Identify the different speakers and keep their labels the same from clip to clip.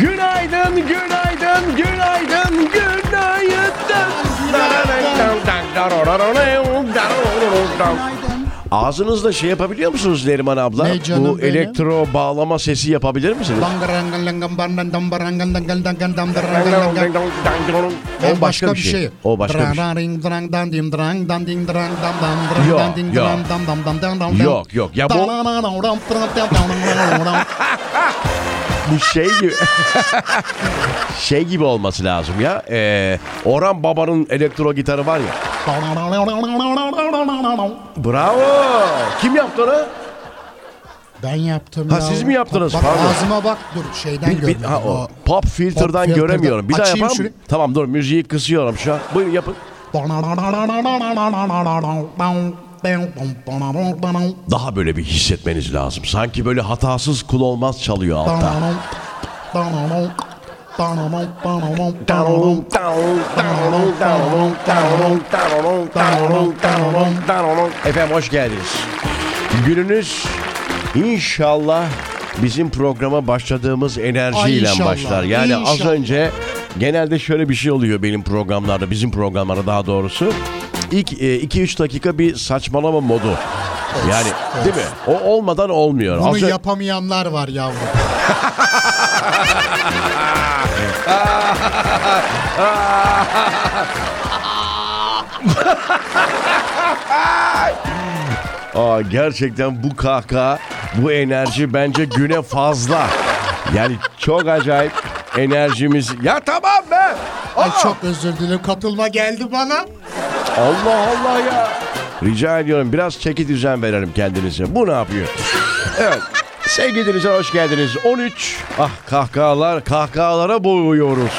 Speaker 1: Günaydın, günaydın, günaydın, günaydın. Ağzınızla şey yapabiliyor musunuz Neriman abla?
Speaker 2: Ne canım
Speaker 1: Bu
Speaker 2: benim?
Speaker 1: elektro bağlama sesi yapabilir misiniz?
Speaker 2: Ben başka bir şey.
Speaker 1: O başka bir şey. Yok yok. Ya bu bu şey gibi. şey gibi olması lazım ya. Ee, Orhan Baba'nın elektro gitarı var ya. Bravo. Kim yaptı onu?
Speaker 2: Ben yaptım
Speaker 1: Ha,
Speaker 2: ya.
Speaker 1: siz mi yaptınız?
Speaker 2: Bak,
Speaker 1: Pardon.
Speaker 2: ağzıma bak dur şeyden
Speaker 1: Bir- bir-
Speaker 2: gördüm.
Speaker 1: ha, o,
Speaker 2: o.
Speaker 1: pop filter'dan
Speaker 2: filter'dan.
Speaker 1: göremiyorum. Bir daha
Speaker 2: Açayım
Speaker 1: yapalım.
Speaker 2: şunu.
Speaker 1: Tamam dur müziği kısıyorum şu an. Buyurun yapın. Daha böyle bir hissetmeniz lazım. Sanki böyle hatasız kul olmaz çalıyor altta. Efendim hoş geldiniz. Gününüz inşallah bizim programa başladığımız enerjiyle
Speaker 2: Ay inşallah,
Speaker 1: başlar. Yani az
Speaker 2: inşallah.
Speaker 1: önce genelde şöyle bir şey oluyor benim programlarda, bizim programlarda daha doğrusu. İlk 2-3 dakika bir saçmalama modu. Yani değil mi? O olmadan olmuyor.
Speaker 2: Bunu
Speaker 1: Az ö-
Speaker 2: yapamayanlar var yavrum.
Speaker 1: Aa, gerçekten bu kahkaha, bu enerji bence güne fazla. Yani çok acayip enerjimiz. Ya tamam be. Aa,
Speaker 2: Ay çok özür dilerim. Katılma geldi bana.
Speaker 1: Allah Allah ya. Rica ediyorum biraz çeki düzen verelim kendinize. Bu ne yapıyor? Evet. Sevgili dinleyiciler hoş geldiniz. 13. Ah kahkahalar, kahkahalara boğuyoruz.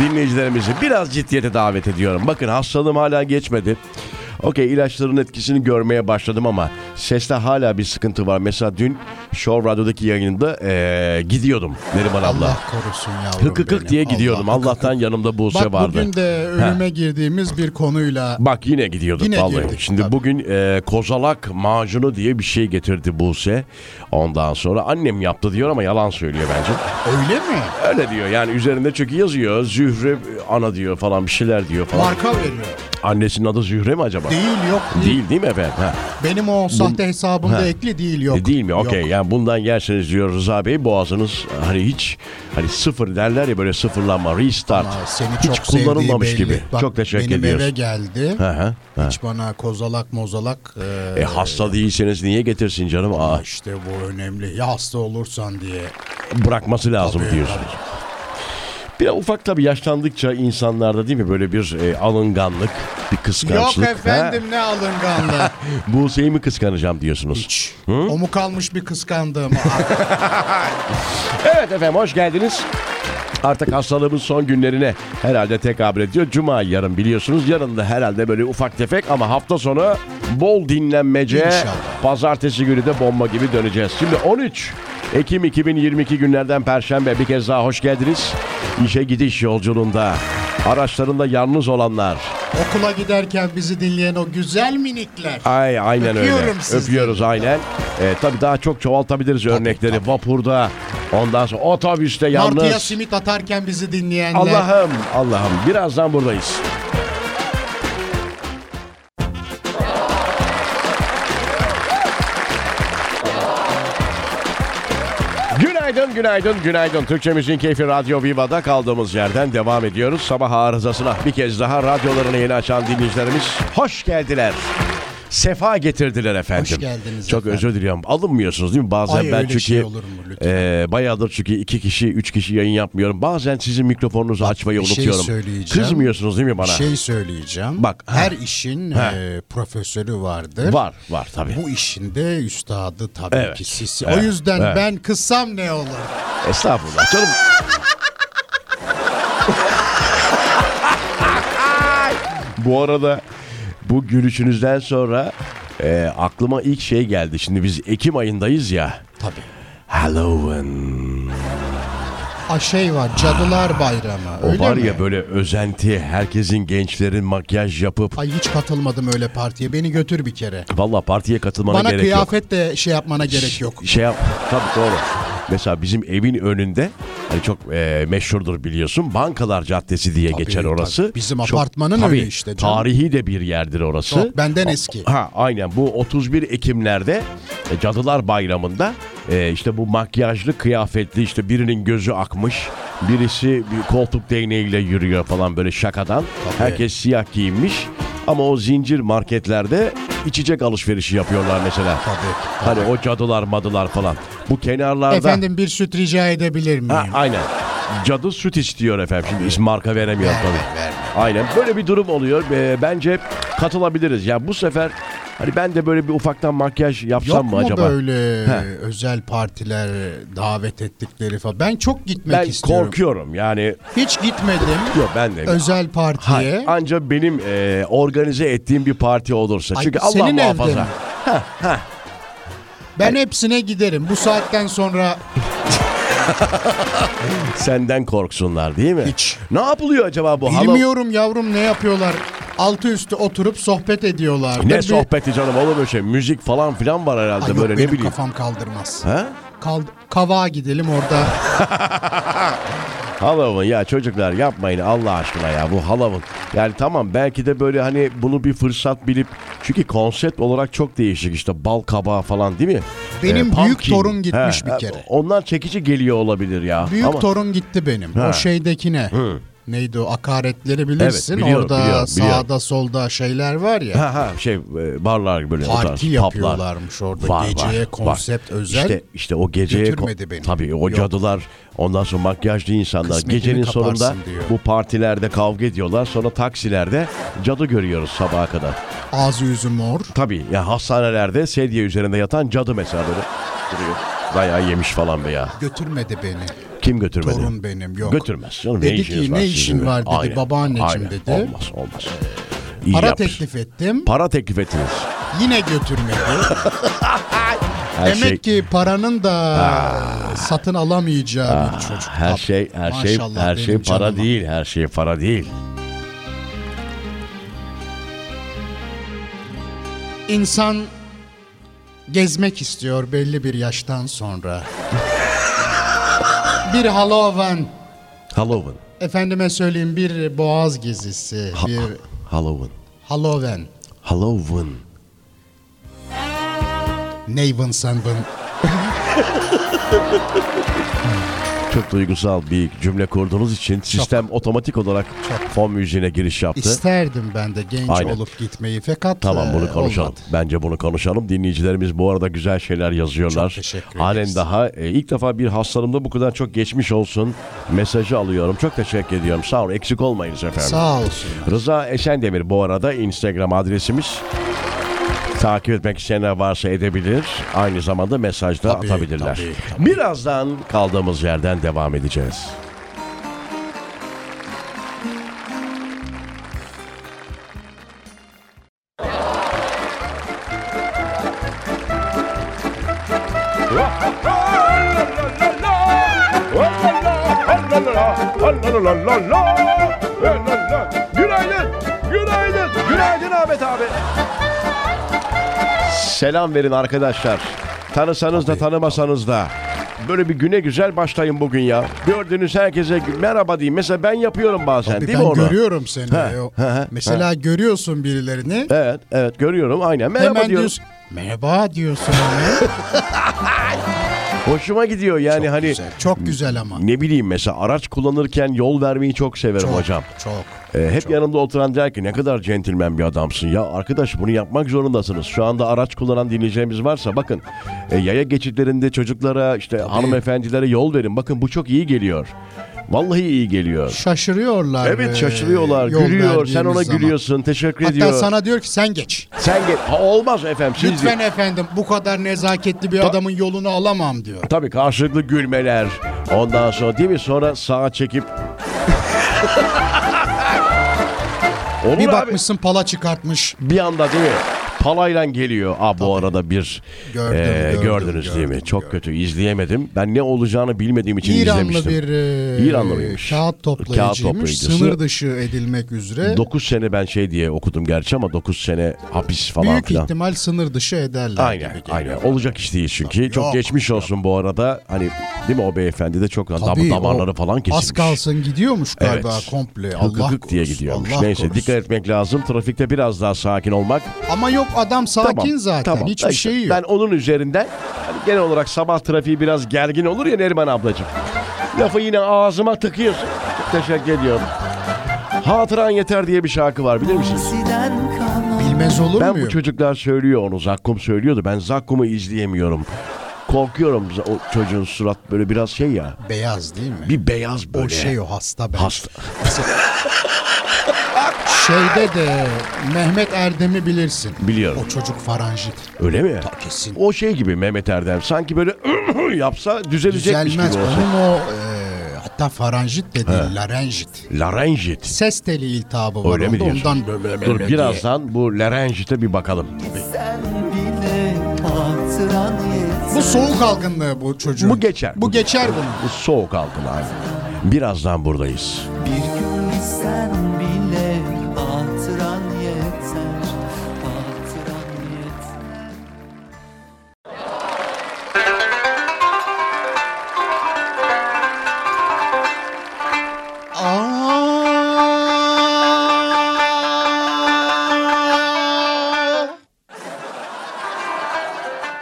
Speaker 1: Dinleyicilerimizi biraz ciddiyete davet ediyorum. Bakın hastalığım hala geçmedi. Okey ilaçların etkisini görmeye başladım ama seste hala bir sıkıntı var. Mesela dün Show Radyo'daki yayında eee, gidiyordum Neriman abla.
Speaker 2: Allah korusun yavrum.
Speaker 1: Hıkı kık
Speaker 2: benim.
Speaker 1: diye gidiyordum.
Speaker 2: Allah-
Speaker 1: Allah'tan yanımda Buse
Speaker 2: Bak
Speaker 1: vardı.
Speaker 2: bugün de önüme girdiğimiz bir konuyla
Speaker 1: Bak yine gidiyorduk
Speaker 2: Yine
Speaker 1: vallahi.
Speaker 2: girdik,
Speaker 1: Şimdi
Speaker 2: tabii.
Speaker 1: bugün e, kozalak macunu diye bir şey getirdi Buse. Ondan sonra annem yaptı diyor ama yalan söylüyor bence.
Speaker 2: öyle mi?
Speaker 1: Öyle diyor yani üzerinde çünkü yazıyor. Zühre e, ana diyor falan bir şeyler diyor falan.
Speaker 2: Marka veriyor.
Speaker 1: Annesinin adı Zühre mi acaba?
Speaker 2: Değil yok. Değil.
Speaker 1: Değil değil mi efendim? Ha.
Speaker 2: Benim o sahte hesabımda ekli değil yok.
Speaker 1: E, Değil mi?
Speaker 2: Yok.
Speaker 1: Okey. Yani bundan yerseniz diyor Rıza Bey boğazınız hani hiç hani sıfır derler ya böyle sıfırlanma, restart.
Speaker 2: Aa, Seni
Speaker 1: hiç
Speaker 2: çok sevdiği
Speaker 1: kullanılmamış
Speaker 2: belli.
Speaker 1: gibi.
Speaker 2: Bak,
Speaker 1: çok teşekkür
Speaker 2: benim
Speaker 1: ediyoruz.
Speaker 2: eve geldi.
Speaker 1: Hı hı, hı.
Speaker 2: Hiç bana kozalak mozalak.
Speaker 1: E,
Speaker 2: eee,
Speaker 1: hasta değilseniz niye getirsin canım? Aa,
Speaker 2: işte bu önemli. Ya hasta olursan diye.
Speaker 1: bırakması lazım
Speaker 2: Tabii,
Speaker 1: diyorsunuz. Bir de ufak tabii yaşlandıkça insanlarda değil mi böyle bir e, alınganlık, bir kıskançlık.
Speaker 2: Yok efendim ne alınganlığı.
Speaker 1: Ha? Buse'yi mi kıskanacağım diyorsunuz?
Speaker 2: Hiç. O mu kalmış bir kıskandığım? Aa,
Speaker 1: Evet efendim hoş geldiniz. Artık hastalığımın son günlerine herhalde tekabül ediyor. Cuma yarın biliyorsunuz. Yarın da herhalde böyle ufak tefek ama hafta sonu bol dinlenmece.
Speaker 2: İnşallah.
Speaker 1: Pazartesi günü de bomba gibi döneceğiz. Şimdi 13 Ekim 2022 günlerden Perşembe bir kez daha hoş geldiniz. İşe gidiş yolculuğunda araçlarında yalnız olanlar.
Speaker 2: Okula giderken bizi dinleyen o güzel minikler.
Speaker 1: Ay aynen öyle.
Speaker 2: Öpüyorum sizi.
Speaker 1: Öpüyoruz aynen. Ee, tabii daha çok çoğaltabiliriz örnekleri. Vapurda, ondan sonra otobüste yalnız.
Speaker 2: Martıya simit atarken bizi dinleyenler.
Speaker 1: Allah'ım Allah'ım birazdan buradayız. Günaydın, günaydın, günaydın. Türkçemizin keyfi Radyo Viva'da kaldığımız yerden devam ediyoruz. Sabah arızasına bir kez daha radyolarını yeni açan dinleyicilerimiz hoş geldiler. Sefa getirdiler efendim.
Speaker 2: Hoş geldiniz
Speaker 1: Çok
Speaker 2: efendim.
Speaker 1: özür diliyorum. Alınmıyorsunuz değil mi? Bazen
Speaker 2: Ay,
Speaker 1: ben
Speaker 2: öyle
Speaker 1: çünkü
Speaker 2: şey olur mu lütfen?
Speaker 1: ee, bayağıdır çünkü iki kişi, üç kişi yayın yapmıyorum. Bazen sizin mikrofonunuzu açmayı
Speaker 2: bir şey
Speaker 1: unutuyorum.
Speaker 2: söyleyeceğim.
Speaker 1: Kızmıyorsunuz değil mi bana?
Speaker 2: Şey söyleyeceğim.
Speaker 1: Bak, ha.
Speaker 2: her işin
Speaker 1: Ha.
Speaker 2: e, profesörü vardır.
Speaker 1: Var, var tabii.
Speaker 2: Bu işin de üstadı tabii
Speaker 1: Evet.
Speaker 2: ki sisi.
Speaker 1: Evet.
Speaker 2: O yüzden
Speaker 1: Evet.
Speaker 2: ben kızsam ne olur?
Speaker 1: Estağfurullah canım. bu arada bu gülüşünüzden sonra e, aklıma ilk şey geldi. Şimdi biz Ekim ayındayız ya.
Speaker 2: Tabii.
Speaker 1: Halloween.
Speaker 2: A şey var Cadılar Bayramı.
Speaker 1: O
Speaker 2: öyle
Speaker 1: var
Speaker 2: mi?
Speaker 1: ya böyle özenti, herkesin gençlerin makyaj yapıp.
Speaker 2: Ay hiç katılmadım öyle partiye. Beni götür bir kere.
Speaker 1: Valla partiye katılmana
Speaker 2: Bana
Speaker 1: gerek yok.
Speaker 2: kıyafet de şey yapmana gerek yok.
Speaker 1: Şey yap. Tabii doğru. Mesela bizim evin önünde Hani çok e, meşhurdur biliyorsun. Bankalar Caddesi diye geçer
Speaker 2: tabii.
Speaker 1: orası.
Speaker 2: Bizim
Speaker 1: Çok-
Speaker 2: apartmanın
Speaker 1: tabii,
Speaker 2: önü işte canım.
Speaker 1: Tarihi de bir yerdir orası.
Speaker 2: Çok benden eski.
Speaker 1: Ha aynen bu 31 Ekimlerde e, Cadılar Bayramı'nda e, işte bu makyajlı kıyafetli işte birinin gözü akmış. Birisi bir koltuk değneğiyle yürüyor falan böyle şakadan. Herkes siyah giyinmiş ama o zincir marketlerde içecek alışverişi yapıyorlar mesela.
Speaker 2: Tabii.
Speaker 1: Hani o cadılar madılar falan. Bu kenarlarda...
Speaker 2: Efendim bir süt rica edebilir miyim?
Speaker 1: Ha, aynen. Cadı süt içiyor efendim. Şimdi is- marka veremiyor tabii. Aynen. Böyle bir durum oluyor. Ee, bence katılabiliriz. Ya bu sefer hani ben de böyle bir ufaktan makyaj yapsam
Speaker 2: Yok
Speaker 1: mı
Speaker 2: mu
Speaker 1: acaba?
Speaker 2: böyle
Speaker 1: He.
Speaker 2: özel partiler davet ettikleri falan? Ben çok gitmek
Speaker 1: ben
Speaker 2: istiyorum.
Speaker 1: korkuyorum. Yani
Speaker 2: Hiç gitmedim
Speaker 1: yok ben de.
Speaker 2: özel partiye.
Speaker 1: Hayır. Anca benim e, organize ettiğim bir parti olursa.
Speaker 2: Ay,
Speaker 1: Çünkü Allah
Speaker 2: senin evde
Speaker 1: muhafaza.
Speaker 2: mi?
Speaker 1: e-
Speaker 2: Ben hepsine giderim. Bu saatten sonra
Speaker 1: Senden korksunlar değil mi?
Speaker 2: Hiç.
Speaker 1: Ne yapılıyor acaba bu? Halo-
Speaker 2: bilmiyorum yavrum ne yapıyorlar. Altı üstü oturup sohbet ediyorlar.
Speaker 1: Ne sohbeti canım olur böyle şey. Müzik falan filan var herhalde
Speaker 2: Ay,
Speaker 1: böyle
Speaker 2: yok,
Speaker 1: ne
Speaker 2: benim
Speaker 1: bileyim.
Speaker 2: kafam kaldırmaz.
Speaker 1: Ha?
Speaker 2: Kald kavağa gidelim orada.
Speaker 1: Halavun ya çocuklar yapmayın Allah aşkına ya bu halavun. Yani tamam belki de böyle hani bunu bir fırsat bilip çünkü konsept olarak çok değişik işte bal kabağı falan değil mi? Ee,
Speaker 2: Benim
Speaker 1: pumpkin.
Speaker 2: büyük torun gitmiş
Speaker 1: He,
Speaker 2: bir
Speaker 1: he,
Speaker 2: kere.
Speaker 1: Onlar çekici geliyor olabilir ya.
Speaker 2: Büyük
Speaker 1: Ama
Speaker 2: torun gitti benim.
Speaker 1: Ha.
Speaker 2: O şeydekine. Neydi o akaretleri bilirsin.
Speaker 1: Evet, biliyorum,
Speaker 2: Orada
Speaker 1: biliyorum, biliyorum.
Speaker 2: sağda solda şeyler var ya.
Speaker 1: ha, ha, şey e, barlar gibi böyle o tarz,
Speaker 2: Parti
Speaker 1: publar.
Speaker 2: yapıyorlarmış orada.
Speaker 1: Var,
Speaker 2: Geceye
Speaker 1: var, var.
Speaker 2: konsept özel.
Speaker 1: İşte, işte o geceye
Speaker 2: götürmedi
Speaker 1: ko-
Speaker 2: beni.
Speaker 1: Tabii o
Speaker 2: Yok.
Speaker 1: cadılar ondan sonra makyajlı insanlar
Speaker 2: Kısmetini
Speaker 1: gecenin
Speaker 2: kaparsın
Speaker 1: sonunda
Speaker 2: diyor.
Speaker 1: bu partilerde kavga ediyorlar. Sonra taksilerde cadı görüyoruz sabaha kadar.
Speaker 2: Ağzı yüzü mor.
Speaker 1: Tabii ya hastanelerde sedye üzerinde yatan cadı mesela böyle duruyor. Dayağı yemiş falan be ya.
Speaker 2: Götürmedi beni.
Speaker 1: Kim götürmedi?
Speaker 2: Torun benim yok.
Speaker 1: Götürmez. Canım, ne
Speaker 2: Dedi
Speaker 1: işiniz
Speaker 2: ki,
Speaker 1: var
Speaker 2: "Ne
Speaker 1: sizin
Speaker 2: işin
Speaker 1: be?"
Speaker 2: var dedi, babaanneciğim dedi. Ee,
Speaker 1: Olmaz olmaz. İyi
Speaker 2: Para
Speaker 1: yapmış.
Speaker 2: teklif ettim.
Speaker 1: Para teklif ettiniz.
Speaker 2: Yine götürmedi.
Speaker 1: Her
Speaker 2: Demek
Speaker 1: şey,
Speaker 2: ki paranın da satın alamayacağı bir çocuk.
Speaker 1: her şey, her şey,
Speaker 2: Maşallah
Speaker 1: her şey
Speaker 2: benim
Speaker 1: para
Speaker 2: canıma.
Speaker 1: değil, her şey para değil.
Speaker 2: İnsan gezmek istiyor belli bir yaştan sonra. bir Halloween,
Speaker 1: Halloween,
Speaker 2: efendime söyleyeyim bir boğaz gezisi, bir
Speaker 1: Halloween,
Speaker 2: Halloween.
Speaker 1: Halloween.
Speaker 2: Neyvin Sanvin.
Speaker 1: Çok duygusal bir cümle kurduğunuz için sistem otomatik olarak fon müziğine giriş yaptı.
Speaker 2: İsterdim ben de genç
Speaker 1: Aynen.
Speaker 2: olup gitmeyi fakat
Speaker 1: Tamam
Speaker 2: e,
Speaker 1: bunu konuşalım.
Speaker 2: olmadı.
Speaker 1: Bence bunu konuşalım. Dinleyicilerimiz bu arada güzel şeyler yazıyorlar.
Speaker 2: Çok teşekkür ederiz.
Speaker 1: Halen daha e, ilk defa bir hastalığımda bu kadar çok geçmiş olsun mesajı alıyorum. Çok teşekkür ediyorum. Sağ olun. Eksik olmayınız efendim.
Speaker 2: Sağ olsun.
Speaker 1: Rıza Esendemir bu arada Instagram adresimiz. Takip etmek isteyenler varsa edebilir. Aynı zamanda mesajda
Speaker 2: Tabii,
Speaker 1: atabilirler.
Speaker 2: tabii,
Speaker 1: Birazdan kaldığımız yerden devam edeceğiz. Günaydın. Günaydın. Günaydın Ahmet abi. Selam verin arkadaşlar. Tanısanız da tanımasanız da. Böyle bir güne güzel başlayın bugün ya. Gördüğünüz herkese merhaba deyin. Mesela ben yapıyorum bazen
Speaker 2: Tabii
Speaker 1: değil
Speaker 2: ben
Speaker 1: mi onu?
Speaker 2: görüyorum seni. O-
Speaker 1: he,
Speaker 2: Mesela görüyorsun birilerini.
Speaker 1: Evet, evet görüyorum aynen. E, Merhaba
Speaker 2: Hemen
Speaker 1: diyorum.
Speaker 2: diyorsun. Merhaba diyorsun ona.
Speaker 1: Hoşuma gidiyor yani
Speaker 2: Çok
Speaker 1: hani
Speaker 2: güzel, çok güzel ama.
Speaker 1: ne bileyim mesela araç kullanırken yol vermeyi çok severim
Speaker 2: Çok,
Speaker 1: hocam.
Speaker 2: Çok.
Speaker 1: Ee, hep yanımda oturan der ki ne kadar centilmen bir adamsın ya arkadaş bunu yapmak zorundasınız. Şu anda araç kullanan dinleyeceğimiz varsa bakın e, yaya geçitlerinde çocuklara işte hanımefendilere yol verin. Bakın bu çok iyi geliyor. Vallahi iyi geliyor. Ee,
Speaker 2: Şaşırıyorlar.
Speaker 1: Evet
Speaker 2: e,
Speaker 1: şaşırıyorlar,
Speaker 2: yol
Speaker 1: gülüyor. Sen ona
Speaker 2: verdiğimiz zaman.
Speaker 1: gülüyorsun, teşekkür
Speaker 2: Hatta
Speaker 1: ediyor.
Speaker 2: sana diyor ki sen geç.
Speaker 1: Sen gel. Ha, olmaz efendim. Siz
Speaker 2: Lütfen efendim bu kadar nezaketli bir adamın yolunu alamam diyor.
Speaker 1: Tabii karşılıklı gülmeler. Ondan sonra değil mi? Sonra sağa çekip Olur
Speaker 2: Bir
Speaker 1: abi.
Speaker 2: bakmışsın pala çıkartmış.
Speaker 1: bir anda değil mi? palayla geliyor. Aa, bu arada bir
Speaker 2: Gördüm, gördüm,
Speaker 1: gördünüz değil mi?
Speaker 2: gördüm,
Speaker 1: Çok kötü izleyemedim. Ben ne olacağını bilmediğim için
Speaker 2: İranlı
Speaker 1: izlemiştim.
Speaker 2: bir e,
Speaker 1: İranlı mıymış?
Speaker 2: kağıt
Speaker 1: Kağıt
Speaker 2: toplayıcıymış.
Speaker 1: toplayıcısı.
Speaker 2: Sınır dışı edilmek üzere.
Speaker 1: 9 sene ben şey diye okudum gerçi ama 9 sene hapis falan
Speaker 2: Büyük
Speaker 1: filan.
Speaker 2: ihtimal sınır dışı ederler.
Speaker 1: Aynen,
Speaker 2: gibi geliyor.
Speaker 1: aynen. Olacak iş değil çünkü.
Speaker 2: yok,
Speaker 1: çok geçmiş olsun bu arada. Hani değil mi o beyefendi de çok
Speaker 2: Tabii,
Speaker 1: dam- damarları
Speaker 2: o
Speaker 1: falan kesilmiş.
Speaker 2: Az kalsın gidiyormuş galiba komple. Allah
Speaker 1: Hıkıkık diye
Speaker 2: korusun,
Speaker 1: gidiyormuş.
Speaker 2: Allah
Speaker 1: Neyse
Speaker 2: korusun.
Speaker 1: dikkat etmek lazım. Trafikte biraz daha sakin olmak.
Speaker 2: Ama yok adam sakin
Speaker 1: tamam.
Speaker 2: zaten.
Speaker 1: Tamam.
Speaker 2: Hiçbir
Speaker 1: İşte
Speaker 2: şey yok.
Speaker 1: Ben onun üzerinden yani genel olarak sabah trafiği biraz gergin olur ya Neriman ablacığım. Lafı yine ağzıma tıkıyorsun. Çok Teşekkür ediyorum. Hatıran yeter diye bir şarkı var bilir misiniz?
Speaker 3: Eskiden kalan
Speaker 2: Bilmez olur
Speaker 1: Ben
Speaker 2: muyum?
Speaker 1: bu çocuklar söylüyor onu. Zakkum söylüyordu. Ben Zakkum'u izleyemiyorum. Korkuyorum Z- o çocuğun surat böyle biraz şey ya.
Speaker 2: Beyaz değil mi?
Speaker 1: Bir beyaz böyle.
Speaker 2: O şey o hasta ben.
Speaker 1: Hasta.
Speaker 2: Şeyde de Mehmet Erdem'i bilirsin.
Speaker 1: Biliyorum.
Speaker 2: O çocuk faranjit.
Speaker 1: Öyle mi?
Speaker 2: Ta- kesin.
Speaker 1: O şey gibi Mehmet Erdem. Sanki böyle yapsa düzelecekmiş
Speaker 2: Düzelmez.
Speaker 1: gibi olsa.
Speaker 2: Onun o e, hatta faranjit de değil larenjit.
Speaker 1: Larenjit.
Speaker 2: Ses teli iltihabı var.
Speaker 1: Öyle mi
Speaker 2: onda,
Speaker 1: diyorsun?
Speaker 2: Ondan böyle böyle
Speaker 1: Dur
Speaker 2: diye.
Speaker 1: birazdan bu Larenjit'e bir bakalım.
Speaker 3: sen bile hatıran yeter
Speaker 2: Bu soğuk algınlığı bu çocuğun.
Speaker 1: Bu geçer.
Speaker 2: Bu geçer bunun.
Speaker 1: Bu soğuk algın aynı. Birazdan buradayız.
Speaker 3: Bir gün sen bile hatıran yeter Hatıran yeter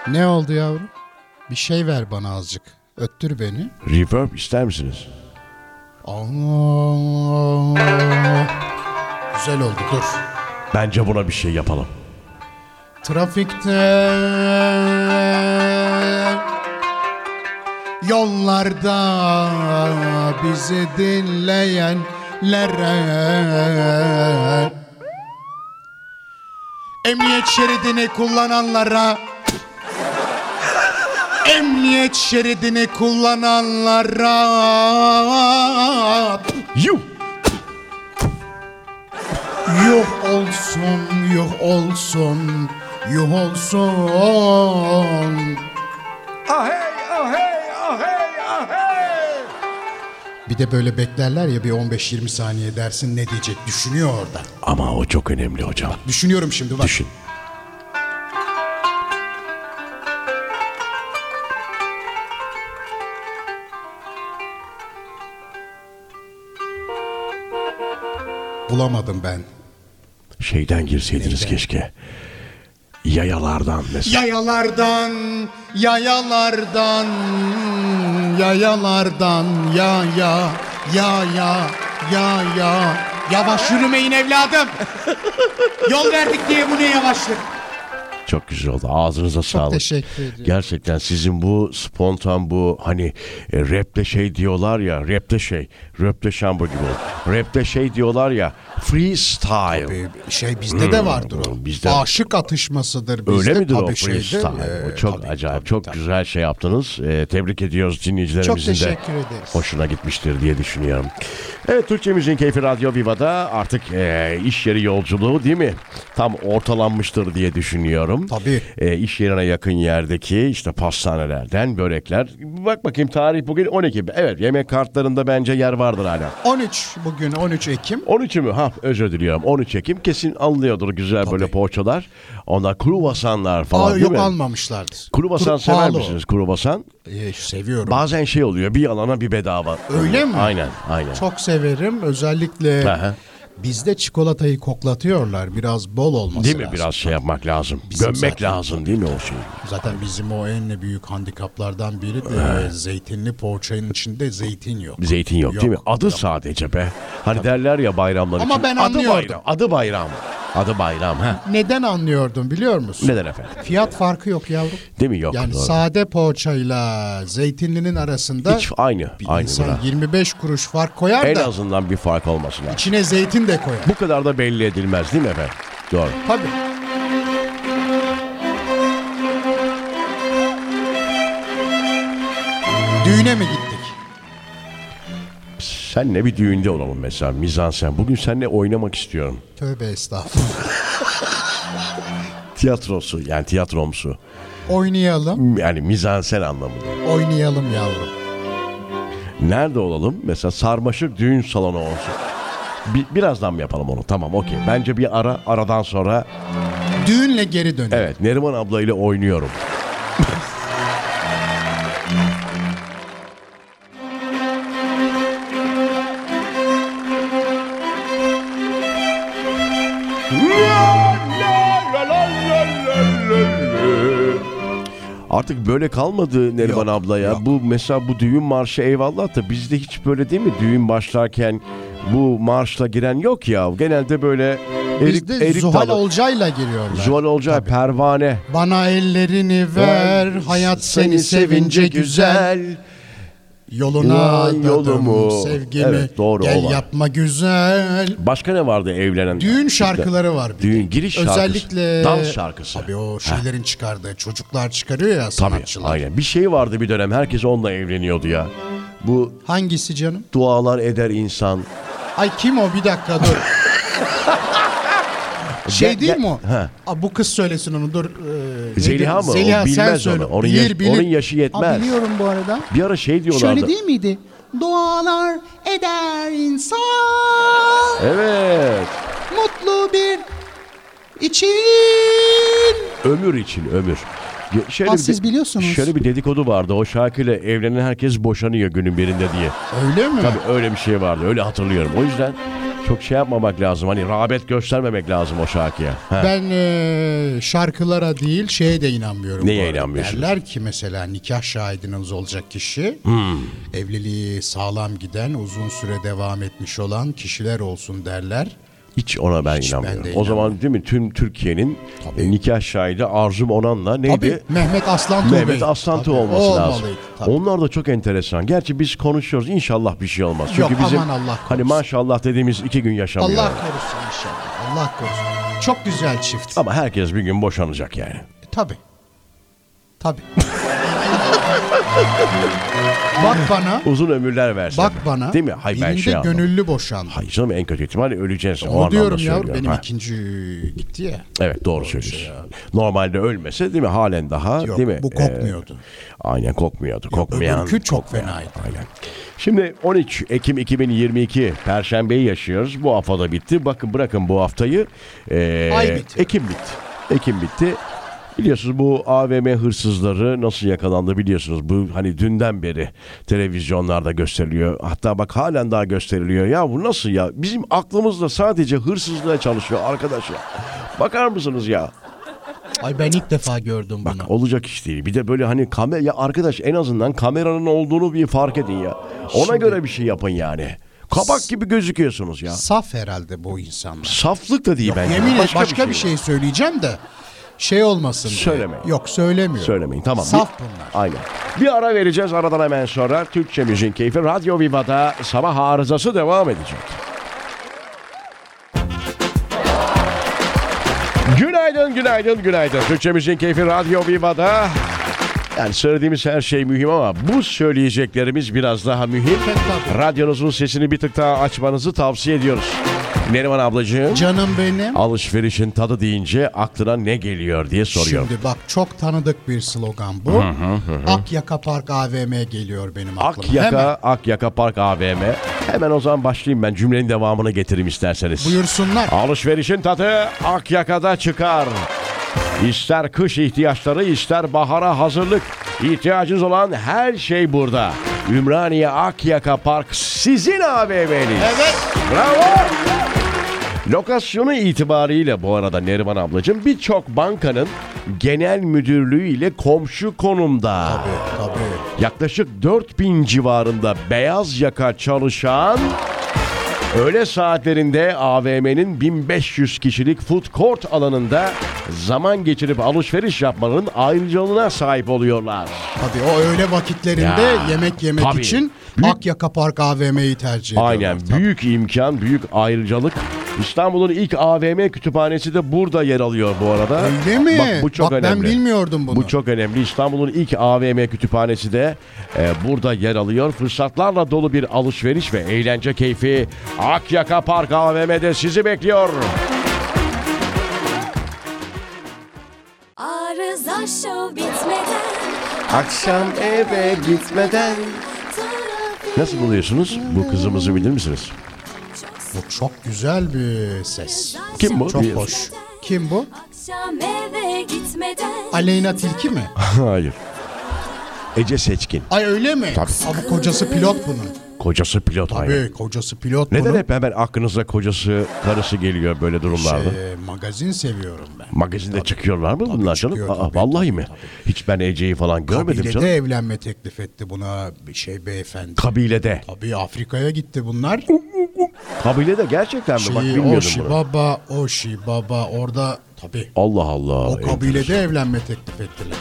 Speaker 2: Ne oldu yavrum? Bir şey ver bana azıcık. Öttür beni.
Speaker 1: Reverb ister misiniz?
Speaker 2: Aa, Güzel oldu dur.
Speaker 1: Bence buna bir şey yapalım.
Speaker 2: Trafikte Yollarda bizi dinleyenlere Emniyet şeridini kullananlara Emniyet şeridini kullananlara
Speaker 1: Yuh!
Speaker 2: Yuh olsun, yuh olsun, yuh olsun. Ah,
Speaker 1: Ahey, ahey, ahey, ahey!
Speaker 2: Bir de böyle beklerler ya bir 15-20 saniye dersin ne diyecek düşünüyor orada.
Speaker 1: Ama o çok önemli hocam.
Speaker 2: Düşünüyorum şimdi bak.
Speaker 1: Düşün.
Speaker 2: Bulamadım ben.
Speaker 1: Şeyden girseydiniz keşke. Yayalardan mesela.
Speaker 2: Yayalardan, yayalardan, yayalardan, ya ya, ya ya, ya ya. Yavaş yürümeyin evladım. Yol verdik diye bu ne yavaşlık.
Speaker 1: Çok güzel oldu. Ağzınıza sağlık.
Speaker 2: teşekkür ediyorum.
Speaker 1: Gerçekten sizin bu spontan bu hani e, rapte şey diyorlar ya rapte şey rapte şambo gibi oldu. Rapte şey diyorlar ya freestyle.
Speaker 2: Bir şey bizde de vardır o.
Speaker 1: Ee, Hmm, bizde-
Speaker 2: Aşık atışmasıdır bizde.
Speaker 1: Öyle midir o
Speaker 2: Tabii şeydir.
Speaker 1: freestyle?
Speaker 2: Ee,
Speaker 1: O çok
Speaker 2: tabii,
Speaker 1: acayip,
Speaker 2: tabii,
Speaker 1: çok
Speaker 2: tabii.
Speaker 1: güzel şey yaptınız. Ee, tebrik ediyoruz dinleyicilerimizin
Speaker 2: Çok
Speaker 1: de.
Speaker 2: teşekkür ederiz.
Speaker 1: Hoşuna gitmiştir diye düşünüyorum. Evet, Türkçemizin keyfi Radyo Viva'da artık e, iş yeri yolculuğu değil mi? Tam ortalanmıştır diye düşünüyorum.
Speaker 2: Tabii.
Speaker 1: E, iş yerine yakın yerdeki işte pastanelerden börekler. Bak bakayım tarih bugün 12. Evet, yemek kartlarında bence yer vardır hala.
Speaker 2: 13 bugün 13 Ekim.
Speaker 1: 13 mü? Ha özür diliyorum. 13 Ekim kesin alınıyordur güzel böyle poğaçalar. Onlar kruvasanlar falan
Speaker 2: Aa,
Speaker 1: değil
Speaker 2: yok
Speaker 1: mi?
Speaker 2: almamışlardır.
Speaker 1: Kruvasan
Speaker 2: Kuru-
Speaker 1: sever
Speaker 2: pahalı o.
Speaker 1: misiniz kruvasan?
Speaker 2: Ee, seviyorum.
Speaker 1: Bazen şey oluyor bir yalana bir bedava.
Speaker 2: Öyle mi?
Speaker 1: Aynen aynen.
Speaker 2: çok severim. Özellikle
Speaker 1: Aha.
Speaker 2: bizde çikolatayı koklatıyorlar. Biraz bol olması
Speaker 1: Değil mi
Speaker 2: lazım.
Speaker 1: biraz şey yapmak lazım.
Speaker 2: Bizim
Speaker 1: Gömmek
Speaker 2: zaten-
Speaker 1: lazım değil mi o şey? şeyi?
Speaker 2: Zaten bizim o en büyük handikaplardan biri de zeytinli poğaçanın içinde zeytin yok.
Speaker 1: Zeytin yok, değil mi? Adı sadece be. Hani derler ya bayramlar
Speaker 2: Ama
Speaker 1: için.
Speaker 2: ben
Speaker 1: adı
Speaker 2: anlıyordum.
Speaker 1: bayram. Adı bayram. Adı bayram ha.
Speaker 2: Neden anlıyordum biliyor musun?
Speaker 1: Neden efendim?
Speaker 2: Fiyat farkı yok yavrum.
Speaker 1: Değil mi? Yok.
Speaker 2: Yani
Speaker 1: doğru.
Speaker 2: sade poğaçayla zeytinlinin arasında
Speaker 1: Hiç aynı.
Speaker 2: bir
Speaker 1: Aynı
Speaker 2: insan
Speaker 1: buna.
Speaker 2: 25 kuruş fark koyar
Speaker 1: En
Speaker 2: da
Speaker 1: azından bir fark olması lazım.
Speaker 2: içine zeytin de koyar.
Speaker 1: Bu kadar da belli edilmez değil mi efendim? Doğru.
Speaker 2: Tabii. Düğüne mi gittik?
Speaker 1: Senle bir düğünde olalım mesela mizansen. Bugün seninle oynamak istiyorum.
Speaker 2: Tövbe estağfurullah.
Speaker 1: tiyatrosu yani tiyatromsu.
Speaker 2: Oynayalım.
Speaker 1: Yani mizansen anlamında.
Speaker 2: Oynayalım yavrum.
Speaker 1: Nerede olalım? Mesela Sarmaşık düğün salonu olsun. Bi- birazdan mı yapalım onu? Tamam okey. Bence bir ara aradan sonra
Speaker 2: Düğünle geri dönelim.
Speaker 1: evet Neriman abla ile oynuyorum. Artık böyle kalmadı Neriman
Speaker 2: Yok,
Speaker 1: abla ya.
Speaker 2: yok.
Speaker 1: Bu mesela bu düğün marşı eyvallah da bizde hiç böyle değil mi? Düğün başlarken bu marşla giren yok ya. Genelde böyle erik,
Speaker 2: Bizde
Speaker 1: erik
Speaker 2: Zuhal
Speaker 1: dalı-
Speaker 2: Olcay'la giriyorlar.
Speaker 1: Zuhal Olcay, pervane.
Speaker 2: Bana ellerini ver, hayat seni sevince güzel. Yoluna
Speaker 1: Ulan yolumu.
Speaker 2: yolumu, sevgimi.
Speaker 1: Evet, doğru, o
Speaker 2: Gel
Speaker 1: var.
Speaker 2: yapma güzel.
Speaker 1: Başka ne vardı evlenen?
Speaker 2: Düğün şarkıları var bir de.
Speaker 1: Düğün giriş şarkısı.
Speaker 2: Özellikle
Speaker 1: Dans şarkısı.
Speaker 2: Tabii o şeylerin çıkardığı çocuklar çıkarıyor ya
Speaker 1: Tabii,
Speaker 2: sanatçılar.
Speaker 1: aynen. Bir şey vardı bir dönem. Herkes onunla evleniyordu ya. Bu
Speaker 2: Hangisi canım?
Speaker 1: dualar eder insan.
Speaker 2: Ay kim o bir dakika dur.
Speaker 1: Gel-
Speaker 2: şey değil
Speaker 1: gel-
Speaker 2: mi o?
Speaker 1: Ha.
Speaker 2: Aa, bu kız söylesin onu dur. ee, neydi?
Speaker 1: Zeliha mı? O
Speaker 2: sen
Speaker 1: bilmez
Speaker 2: söyle.
Speaker 1: onu. Onun yaş- onun yaşı yetmez.
Speaker 2: Aa, biliyorum bu arada.
Speaker 1: Bir ara şey diyorlardı.
Speaker 2: Şöyle değil miydi? Dualar eder insan
Speaker 1: Evet.
Speaker 2: mutlu bir için.
Speaker 1: Ömür için ömür. Ya Şöyle
Speaker 2: Aa, siz biliyorsunuz.
Speaker 1: Şöyle bir dedikodu vardı. O şarkıyla evlenen herkes boşanıyor günün birinde diye.
Speaker 2: Öyle mi?
Speaker 1: Tabii öyle bir şey vardı. Öyle hatırlıyorum. O yüzden çok şey yapmamak lazım. Hani rağbet göstermemek lazım o şarkıya. Ha.
Speaker 2: Ben eee, şarkılara değil şeye de inanmıyorum.
Speaker 1: Neye
Speaker 2: bu arada.
Speaker 1: inanmıyorsunuz?
Speaker 2: Derler ki mesela nikah şahidiniz olacak kişi
Speaker 1: Hmm.
Speaker 2: evliliği sağlam giden uzun süre devam etmiş olan kişiler olsun derler.
Speaker 1: Hiç ona ben
Speaker 2: Hiç
Speaker 1: inanmıyorum.
Speaker 2: ben de
Speaker 1: o zaman değil mi tüm Türkiye'nin
Speaker 2: Tabii.
Speaker 1: e, nikah şahidi Arzum Onan'la neydi?
Speaker 2: Tabii Mehmet Aslan Tuğbey.
Speaker 1: Mehmet Aslan
Speaker 2: Tabii,
Speaker 1: olması
Speaker 2: o
Speaker 1: lazım.
Speaker 2: olmalıydı, tabii.
Speaker 1: Onlar da çok enteresan. Gerçi biz konuşuyoruz. İnşallah bir şey olmaz. Çünkü
Speaker 2: Yok,
Speaker 1: bizim
Speaker 2: aman Allah korusun.
Speaker 1: hani maşallah dediğimiz iki gün yaşamıyor.
Speaker 2: Allah korusun inşallah. Allah korusun. Çok güzel çift. E,
Speaker 1: Ama herkes bir gün boşanacak yani.
Speaker 2: Tabii. Tabii. Bak bana.
Speaker 1: Uzun ömürler versin.
Speaker 2: Bak bana.
Speaker 1: Değil mi? Hayır ben
Speaker 2: birinde
Speaker 1: şey anladım.
Speaker 2: gönüllü boşandı.
Speaker 1: Hayır canım en kötü ihtimalle öleceğiz. O
Speaker 2: Onu
Speaker 1: anlamda
Speaker 2: diyorum yavrum
Speaker 1: söylüyorum.
Speaker 2: benim
Speaker 1: Ha.
Speaker 2: ikinci gitti ya.
Speaker 1: Evet doğru söylüyorsun. Normalde ölmese değil mi halen daha
Speaker 2: şey Yok,
Speaker 1: değil mi?
Speaker 2: bu kokmuyordu.
Speaker 1: Ee, aynen kokmuyordu. Kokmayan.
Speaker 2: öbürkü çok
Speaker 1: kokmayan.
Speaker 2: fenaydı.
Speaker 1: Aynen. Şimdi 13 Ekim 2022 Perşembe'yi yaşıyoruz. Bu hafta da bitti. Bakın bırakın bu haftayı. Ee,
Speaker 2: Ay bitiyor.
Speaker 1: Ekim bitti. Ekim bitti. Biliyorsunuz bu AVM hırsızları nasıl yakalandı biliyorsunuz. Bu hani dünden beri televizyonlarda gösteriliyor. Hatta bak halen daha gösteriliyor. Ya bu nasıl ya? Bizim aklımızda sadece hırsızlığa çalışıyor arkadaş ya. Bakar mısınız ya?
Speaker 2: Ay ben ilk defa gördüm bunu.
Speaker 1: Olacak iş değil. Bir de böyle hani kamera ya arkadaş en azından kameranın olduğunu bir fark edin ya. Ona göre bir şey yapın yani. Kabak gibi gözüküyorsunuz ya.
Speaker 2: Saf herhalde bu insanlar.
Speaker 1: Saflık da değil bence.
Speaker 2: Yemin başka,
Speaker 1: Başka,
Speaker 2: başka bir
Speaker 1: şey.
Speaker 2: şey, söyleyeceğim de şey olmasın diye.
Speaker 1: Söylemeyin.
Speaker 2: Yok söylemiyorum.
Speaker 1: Söylemeyin tamam.
Speaker 2: Saf
Speaker 1: Bir-
Speaker 2: bunlar.
Speaker 1: Aynen. Bir ara vereceğiz aradan hemen sonra Türkçe Müziğin Keyfi Radyo Viva'da sabah arızası devam edecek. Günaydın, günaydın, günaydın. Türkçe Müziğin Keyfi Radyo Viva'da. Yani söylediğimiz her şey mühim ama bu söyleyeceklerimiz biraz daha mühim.
Speaker 2: Evet, tabii.
Speaker 1: Radyonuzun sesini bir tık daha açmanızı tavsiye ediyoruz. Neriman ablacığım,
Speaker 2: Canım benim.
Speaker 1: alışverişin tadı deyince aklına ne geliyor diye soruyorum.
Speaker 2: Şimdi bak çok tanıdık bir slogan bu. Akyaka Park AVM geliyor benim aklıma.
Speaker 1: Akyaka,
Speaker 2: Hemen
Speaker 1: Akyaka Park AVM. Hemen o zaman başlayayım ben cümlenin devamını getireyim isterseniz.
Speaker 2: buyursunlar.
Speaker 1: Alışverişin tadı Akyaka'da çıkar. İster kış ihtiyaçları ister bahara hazırlık. İhtiyacınız olan her şey burada. Ümraniye Akyaka Park sizin AVM'niz.
Speaker 2: Evet.
Speaker 1: Bravo. Lokasyonu itibariyle bu arada Neriman ablacığım birçok bankanın genel müdürlüğü ile komşu konumda.
Speaker 2: Tabii, tabii.
Speaker 1: Yaklaşık 4000 civarında beyaz yaka çalışan öğle saatlerinde AVM'nin 1500 kişilik food court alanında zaman geçirip alışveriş yapmanın ayrıcalığına sahip oluyorlar.
Speaker 2: Tabii o öğle vakitlerinde
Speaker 1: Ya,
Speaker 2: yemek yemek
Speaker 1: tabii.
Speaker 2: için
Speaker 1: Büyük-
Speaker 2: Akyaka Park AVM'yi tercih ediyorlar.
Speaker 1: Aynen
Speaker 2: Tabii.
Speaker 1: büyük imkan, büyük ayrıcalık. İstanbul'un ilk AVM kütüphanesi de burada yer alıyor bu arada.
Speaker 2: Öyle mi?
Speaker 1: Bak bu çok
Speaker 2: Bak ben
Speaker 1: önemli.
Speaker 2: bilmiyordum bunu.
Speaker 1: Bu çok önemli. İstanbul'un ilk AVM kütüphanesi de e, burada yer alıyor. Fırsatlarla dolu bir alışveriş ve eğlence keyfi Akyaka Park AVM'de sizi bekliyor. Akşam eve gitmeden. Nasıl buluyorsunuz? Bu kızımızı bilir misiniz?
Speaker 2: Bu çok güzel bir ses.
Speaker 1: Kim bu?
Speaker 2: Çok
Speaker 1: Bir-
Speaker 2: hoş. Kim bu?
Speaker 4: Akşam eve gitmeden
Speaker 2: Aleyna Tilki mi?
Speaker 1: Hayır. Ece Seçkin.
Speaker 2: Ay öyle mi?
Speaker 1: Tabii.
Speaker 2: Ama kocası pilot bunun.
Speaker 1: Kocası pilot aynı.
Speaker 2: Abi kocası pilot
Speaker 1: Neden
Speaker 2: bunun.
Speaker 1: hep hemen aklınıza kocası, karısı geliyor böyle durumlarda?
Speaker 2: Ee, magazin seviyorum ben.
Speaker 1: Magazinde çıkıyorlar mı bunlar canım?
Speaker 2: çıkıyor,
Speaker 1: Aa,
Speaker 2: tabii,
Speaker 1: vallahi mi? Hiç ben Ece'yi falan görmedim
Speaker 2: Kabilede
Speaker 1: canım.
Speaker 2: evlenme teklif etti buna bir şey beyefendi.
Speaker 1: Kabilede.
Speaker 2: Tabii Afrika'ya gitti bunlar.
Speaker 1: Kabilede gerçekten mi? Bak
Speaker 2: Şeyi,
Speaker 1: bilmiyordum
Speaker 2: Oşi
Speaker 1: bunu.
Speaker 2: baba, Oşi baba orada tabii.
Speaker 1: Allah Allah.
Speaker 2: O kabilede
Speaker 1: enteresan.
Speaker 2: evlenme teklif ettiler.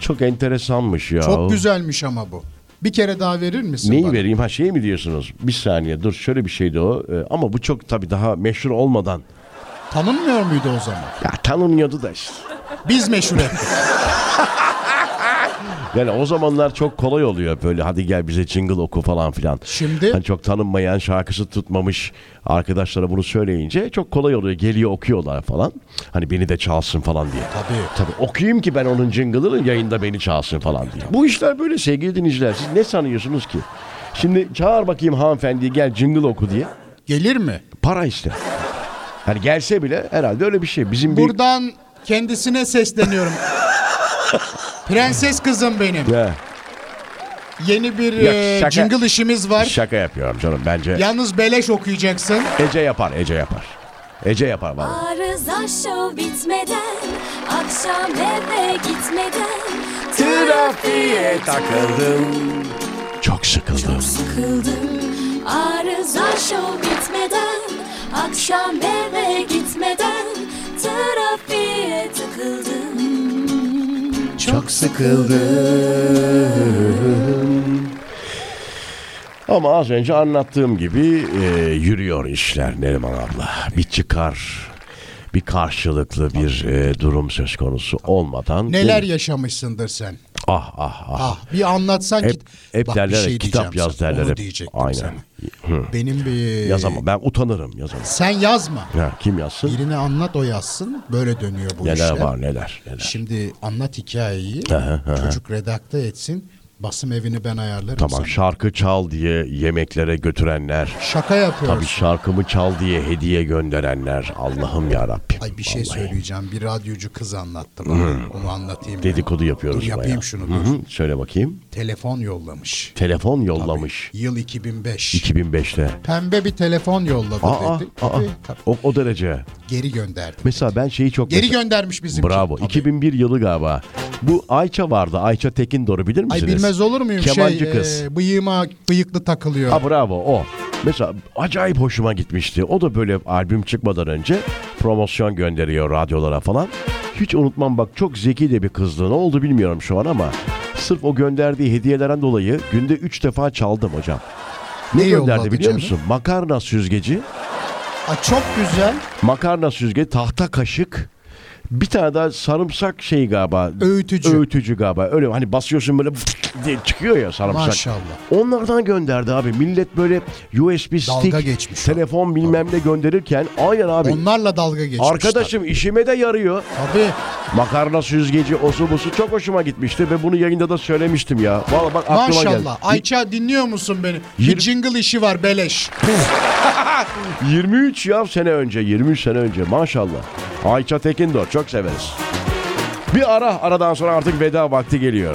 Speaker 1: Çok enteresanmış ya.
Speaker 2: Çok güzelmiş ama bu. Bir kere daha verir misin
Speaker 1: Neyi
Speaker 2: bana?
Speaker 1: vereyim? Ha şey mi diyorsunuz? Bir saniye dur şöyle bir şeydi o. Ee, ama bu çok tabii daha meşhur olmadan.
Speaker 2: Tanınmıyor muydu o zaman?
Speaker 1: Ya tanınıyordu da işte.
Speaker 2: Biz meşhur ettik.
Speaker 1: Yani o zamanlar çok kolay oluyor böyle hadi gel bize jingle oku falan filan.
Speaker 2: Şimdi?
Speaker 1: Hani çok tanınmayan şarkısı tutmamış arkadaşlara bunu söyleyince çok kolay oluyor. Geliyor okuyorlar falan. Hani beni de çalsın falan diye.
Speaker 2: Tabii.
Speaker 1: Tabii okuyayım ki ben onun jingle'ını yayında beni çalsın falan diye. Bu işler böyle sevgili dinleyiciler. Siz ne sanıyorsunuz ki? Şimdi çağır bakayım hanımefendiyi gel jingle oku diye.
Speaker 2: Gelir mi?
Speaker 1: Para ister. Hani gelse bile herhalde öyle bir şey. Bizim bir...
Speaker 2: Buradan kendisine sesleniyorum. Prenses kızım benim.
Speaker 1: Ya,
Speaker 2: Yeni bir
Speaker 1: Ya
Speaker 2: e,
Speaker 1: şaka-
Speaker 2: jingle işimiz var.
Speaker 1: şaka yapıyorum canım bence.
Speaker 2: Yalnız beleş okuyacaksın.
Speaker 1: Ece yapar, Ece yapar. Ece yapar vallahi.
Speaker 4: Arıza şov bitmeden Akşam eve gitmeden
Speaker 1: Trafiğe takıldım. Çok sıkıldım.
Speaker 4: Sıkıldım Arıza şov bitmeden Akşam eve gitmeden Trafiğe takıldım
Speaker 1: Çok sıkıldım. Ama az önce anlattığım gibi e, yürüyor işler Neriman abla. Bir çıkar, bir karşılıklı bir e, durum söz konusu olmadan.
Speaker 2: Neler yaşamışsındır sen?
Speaker 1: Ah ah ah.
Speaker 2: Ah bir anlatsan
Speaker 1: Hep-
Speaker 2: ki.
Speaker 1: hep
Speaker 2: Bak,
Speaker 1: derler
Speaker 2: bir
Speaker 1: ya,
Speaker 2: şey
Speaker 1: kitap
Speaker 2: diyeceğim
Speaker 1: yaz
Speaker 2: sana,
Speaker 1: derler
Speaker 2: onu
Speaker 1: hep.
Speaker 2: diyecektim
Speaker 1: Aynen.
Speaker 2: sana. Benim bir...
Speaker 1: Yazamam ben utanırım yazamam.
Speaker 2: Sen yazma.
Speaker 1: Ya, kim yazsın?
Speaker 2: Birine anlat o yazsın. Böyle dönüyor bu işler.
Speaker 1: Neler var neler neler.
Speaker 2: Şimdi anlat hikayeyi.
Speaker 1: Aha, aha.
Speaker 2: Çocuk redakte etsin. Basım evini ben ayarlarım
Speaker 1: Tamam
Speaker 2: sana.
Speaker 1: şarkı çal diye yemeklere götürenler.
Speaker 2: Şaka yapıyorsun.
Speaker 1: Tabii şarkımı çal diye hediye gönderenler. Allah'ım ya Rabbim.
Speaker 2: Ay bir şey söyleyeceğim. Bir radyocu kız anlattı bana. Onu anlatayım. ben.
Speaker 1: Dedikodu yapıyoruz
Speaker 2: Dur, yapayım
Speaker 1: bayağı.
Speaker 2: şunu,
Speaker 1: Hı
Speaker 2: dur.
Speaker 1: hı, Şöyle bakayım.
Speaker 2: Telefon yollamış.
Speaker 1: Telefon yollamış.
Speaker 2: Yıl 2005.
Speaker 1: 2005'te.
Speaker 2: Pembe bir telefon yolladı
Speaker 1: Aa,
Speaker 2: dedi.
Speaker 1: aa,
Speaker 2: Tabii, tabii.
Speaker 1: o, o derece.
Speaker 2: Geri gönderdi.
Speaker 1: Mesela ben şeyi çok...
Speaker 2: Geri
Speaker 1: mesela-
Speaker 2: göndermiş bizim.
Speaker 1: Bravo. 2001 yılı galiba. Bu Ayça vardı. Ayça Tekin Doğru bilir
Speaker 2: Ay
Speaker 1: misiniz?
Speaker 2: bilmez olur muyum
Speaker 1: Kemancı
Speaker 2: şey
Speaker 1: kız.
Speaker 2: e, bıyığıma bıyıklı takılıyor.
Speaker 1: Ha bravo o. Mesela acayip hoşuma gitmişti. O da böyle albüm çıkmadan önce promosyon gönderiyor radyolara falan. Hiç unutmam bak çok zeki de bir kızdı. Ne oldu bilmiyorum şu an ama sırf o gönderdiği hediyelerden dolayı günde 3 defa çaldım hocam. Ne,
Speaker 2: Ne
Speaker 1: gönderdi
Speaker 2: yolladı
Speaker 1: biliyor
Speaker 2: canım?
Speaker 1: musun? Makarna süzgeci,
Speaker 2: Ay, çok güzel.
Speaker 1: makarna süzgeci, tahta kaşık, bir tane daha sarımsak şey galiba.
Speaker 2: Öğütücü.
Speaker 1: Öğütücü galiba. Öyle hani basıyorsun böyle diye çıkıyor ya sarımsak.
Speaker 2: Maşallah.
Speaker 1: Onlardan gönderdi abi. Millet böyle USB stick,
Speaker 2: geçmiş o.
Speaker 1: telefon bilmem ne gönderirken aynen abi.
Speaker 2: Onlarla dalga geçmiş.
Speaker 1: Arkadaşım işime de yarıyor.
Speaker 2: Tabii.
Speaker 1: Makarna süzgeci osu busu çok hoşuma gitmişti ve bunu yayında da söylemiştim ya. Valla bak aklıma geldi.
Speaker 2: Maşallah. Ayça dinliyor musun beni?
Speaker 1: Yir-
Speaker 2: Bir jingle işi var beleş.
Speaker 1: 23 ya sene önce, 23 sene önce maşallah. Ayça Tekindor çok severiz. Bir ara, aradan sonra artık veda vakti geliyor.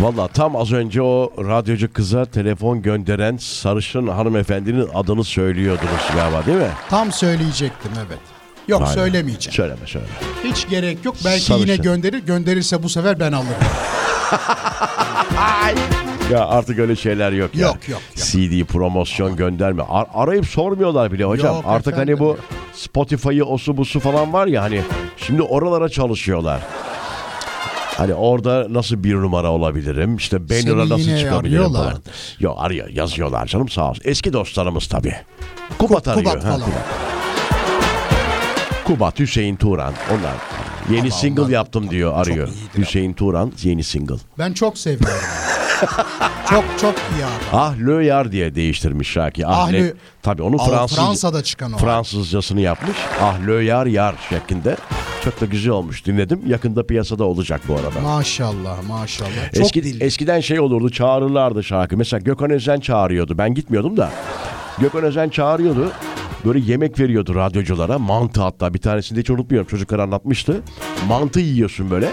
Speaker 1: Valla tam az önce o radyocu kıza telefon gönderen sarışın hanımefendinin adını söylüyordunuz galiba değil mi?
Speaker 2: Tam söyleyecektim evet. Yok
Speaker 1: Aynen.
Speaker 2: söylemeyeceğim.
Speaker 1: Söyleme söyleme.
Speaker 2: Hiç gerek yok. Belki
Speaker 1: Sarışın.
Speaker 2: yine gönderir. Gönderirse bu sefer ben alırım.
Speaker 1: Ya artık öyle şeyler yok ya.
Speaker 2: Yok, yok, yok.
Speaker 1: CD promosyon gönderme. Ar- arayıp sormuyorlar bile hocam.
Speaker 2: Yok
Speaker 1: artık hani
Speaker 2: efendim,
Speaker 1: bu
Speaker 2: yok.
Speaker 1: Spotify'ı osu busu falan var ya hani şimdi oralara çalışıyorlar. Hani orada nasıl bir numara olabilirim? İşte banner'a
Speaker 2: Seni
Speaker 1: nasıl
Speaker 2: yine
Speaker 1: çıkabilirim falan.
Speaker 2: arıyorlardır.
Speaker 1: Yo arıyor yazıyorlar canım sağ olsun. Eski dostlarımız tabii. Kubat arıyor.
Speaker 2: Kubat
Speaker 1: ha,
Speaker 2: falan.
Speaker 1: Kubat. Kubat, Hüseyin Turan onlar. Yeni
Speaker 2: Ama
Speaker 1: single
Speaker 2: onlar-
Speaker 1: yaptım diyor arıyor.
Speaker 2: iyidir ama.
Speaker 1: Hüseyin Turan yeni single.
Speaker 2: Ben çok seviyorum. Çok çok iyi abi.
Speaker 1: Ahlö yar diye değiştirmiş Şaki. Ahlö.
Speaker 2: Ahlö.
Speaker 1: Tabii onu
Speaker 2: Ama
Speaker 1: Fransız,
Speaker 2: Fransa'da çıkan o.
Speaker 1: Fransızcasını yapmış. Ahlö yar yar şeklinde. Çok da güzel olmuş dinledim. Yakında piyasada olacak bu arada.
Speaker 2: Maşallah maşallah. Çok
Speaker 1: Eski,
Speaker 2: dilli.
Speaker 1: eskiden şey olurdu çağırırlardı şarkı. Mesela Gökhan Özen çağırıyordu. Ben gitmiyordum da. Gökhan Özen çağırıyordu. Böyle yemek veriyordu radyoculara. Mantı hatta bir tanesini de hiç unutmuyorum. Çocuklar anlatmıştı. Mantı yiyorsun böyle.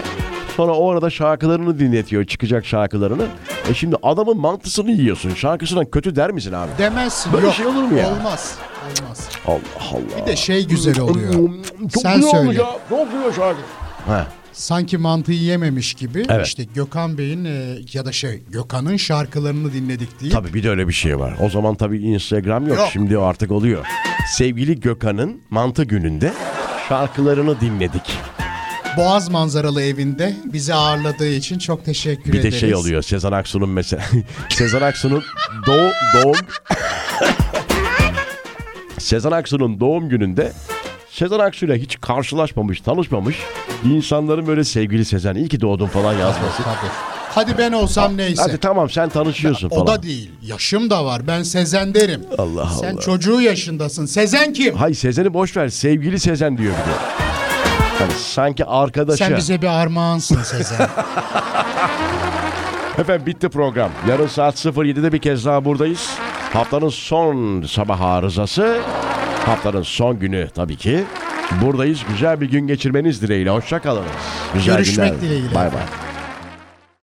Speaker 1: Sonra o arada şarkılarını dinletiyor. Çıkacak şarkılarını. E şimdi adamın mantısını yiyorsun. Şarkısından kötü der misin abi?
Speaker 2: Demezsin.
Speaker 1: Böyle
Speaker 2: Yok.
Speaker 1: şey olur mu ya? Um,
Speaker 2: Olmaz. Olmaz.
Speaker 1: Allah Allah.
Speaker 2: Bir de şey güzel oluyor.
Speaker 1: Çok
Speaker 2: Sen
Speaker 1: güzel
Speaker 2: söyle.
Speaker 1: olmuş ya. Çok güzel şarkı. Ha.
Speaker 2: Sanki mantıyı yememiş gibi
Speaker 1: Evet.
Speaker 2: işte Gökhan Bey'in e, ya da şey Gökhan'ın şarkılarını dinledik diye.
Speaker 1: Tabii bir de öyle bir şey var. O zaman tabii Instagram yok.
Speaker 2: Yok.
Speaker 1: Şimdi artık oluyor. Sevgili Gökhan'ın mantı gününde şarkılarını dinledik.
Speaker 2: Boğaz manzaralı evinde bizi ağırladığı için çok
Speaker 1: Bir
Speaker 2: teşekkür
Speaker 1: de
Speaker 2: ederiz.
Speaker 1: şey oluyor. Sezen Aksu'nun mesela Sezen Aksu'nun doğum doğum Sezen Aksu'nun doğum gününde Sezen Aksu'yla hiç karşılaşmamış, tanışmamış insanların böyle sevgili Sezen iyi ki doğdun falan yazması.
Speaker 2: Tabii. Hadi ben olsam neyse.
Speaker 1: Hadi tamam sen tanışıyorsun
Speaker 2: o
Speaker 1: falan.
Speaker 2: da değil. Yaşım da var. Ben Sezen derim.
Speaker 1: Allah
Speaker 2: Sen
Speaker 1: Allah.
Speaker 2: çocuğu yaşındasın. Sezen kim?
Speaker 1: Hay Sezen'i boş ver. Sevgili Sezen diyor bir de. Hani sanki arkadaşı.
Speaker 2: Sen bize bir armağansın Sezen.
Speaker 1: Efendim bitti program. Yarın saat 07'de bir kez daha buradayız. Haftanın son sabah arızası. Haftanın son günü tabii ki. Buradayız. Güzel bir gün geçirmeniz dileğiyle. Hoşça kalınız. Güzel
Speaker 2: Görüşmek
Speaker 1: günler.
Speaker 2: dileğiyle.
Speaker 1: Bay bay.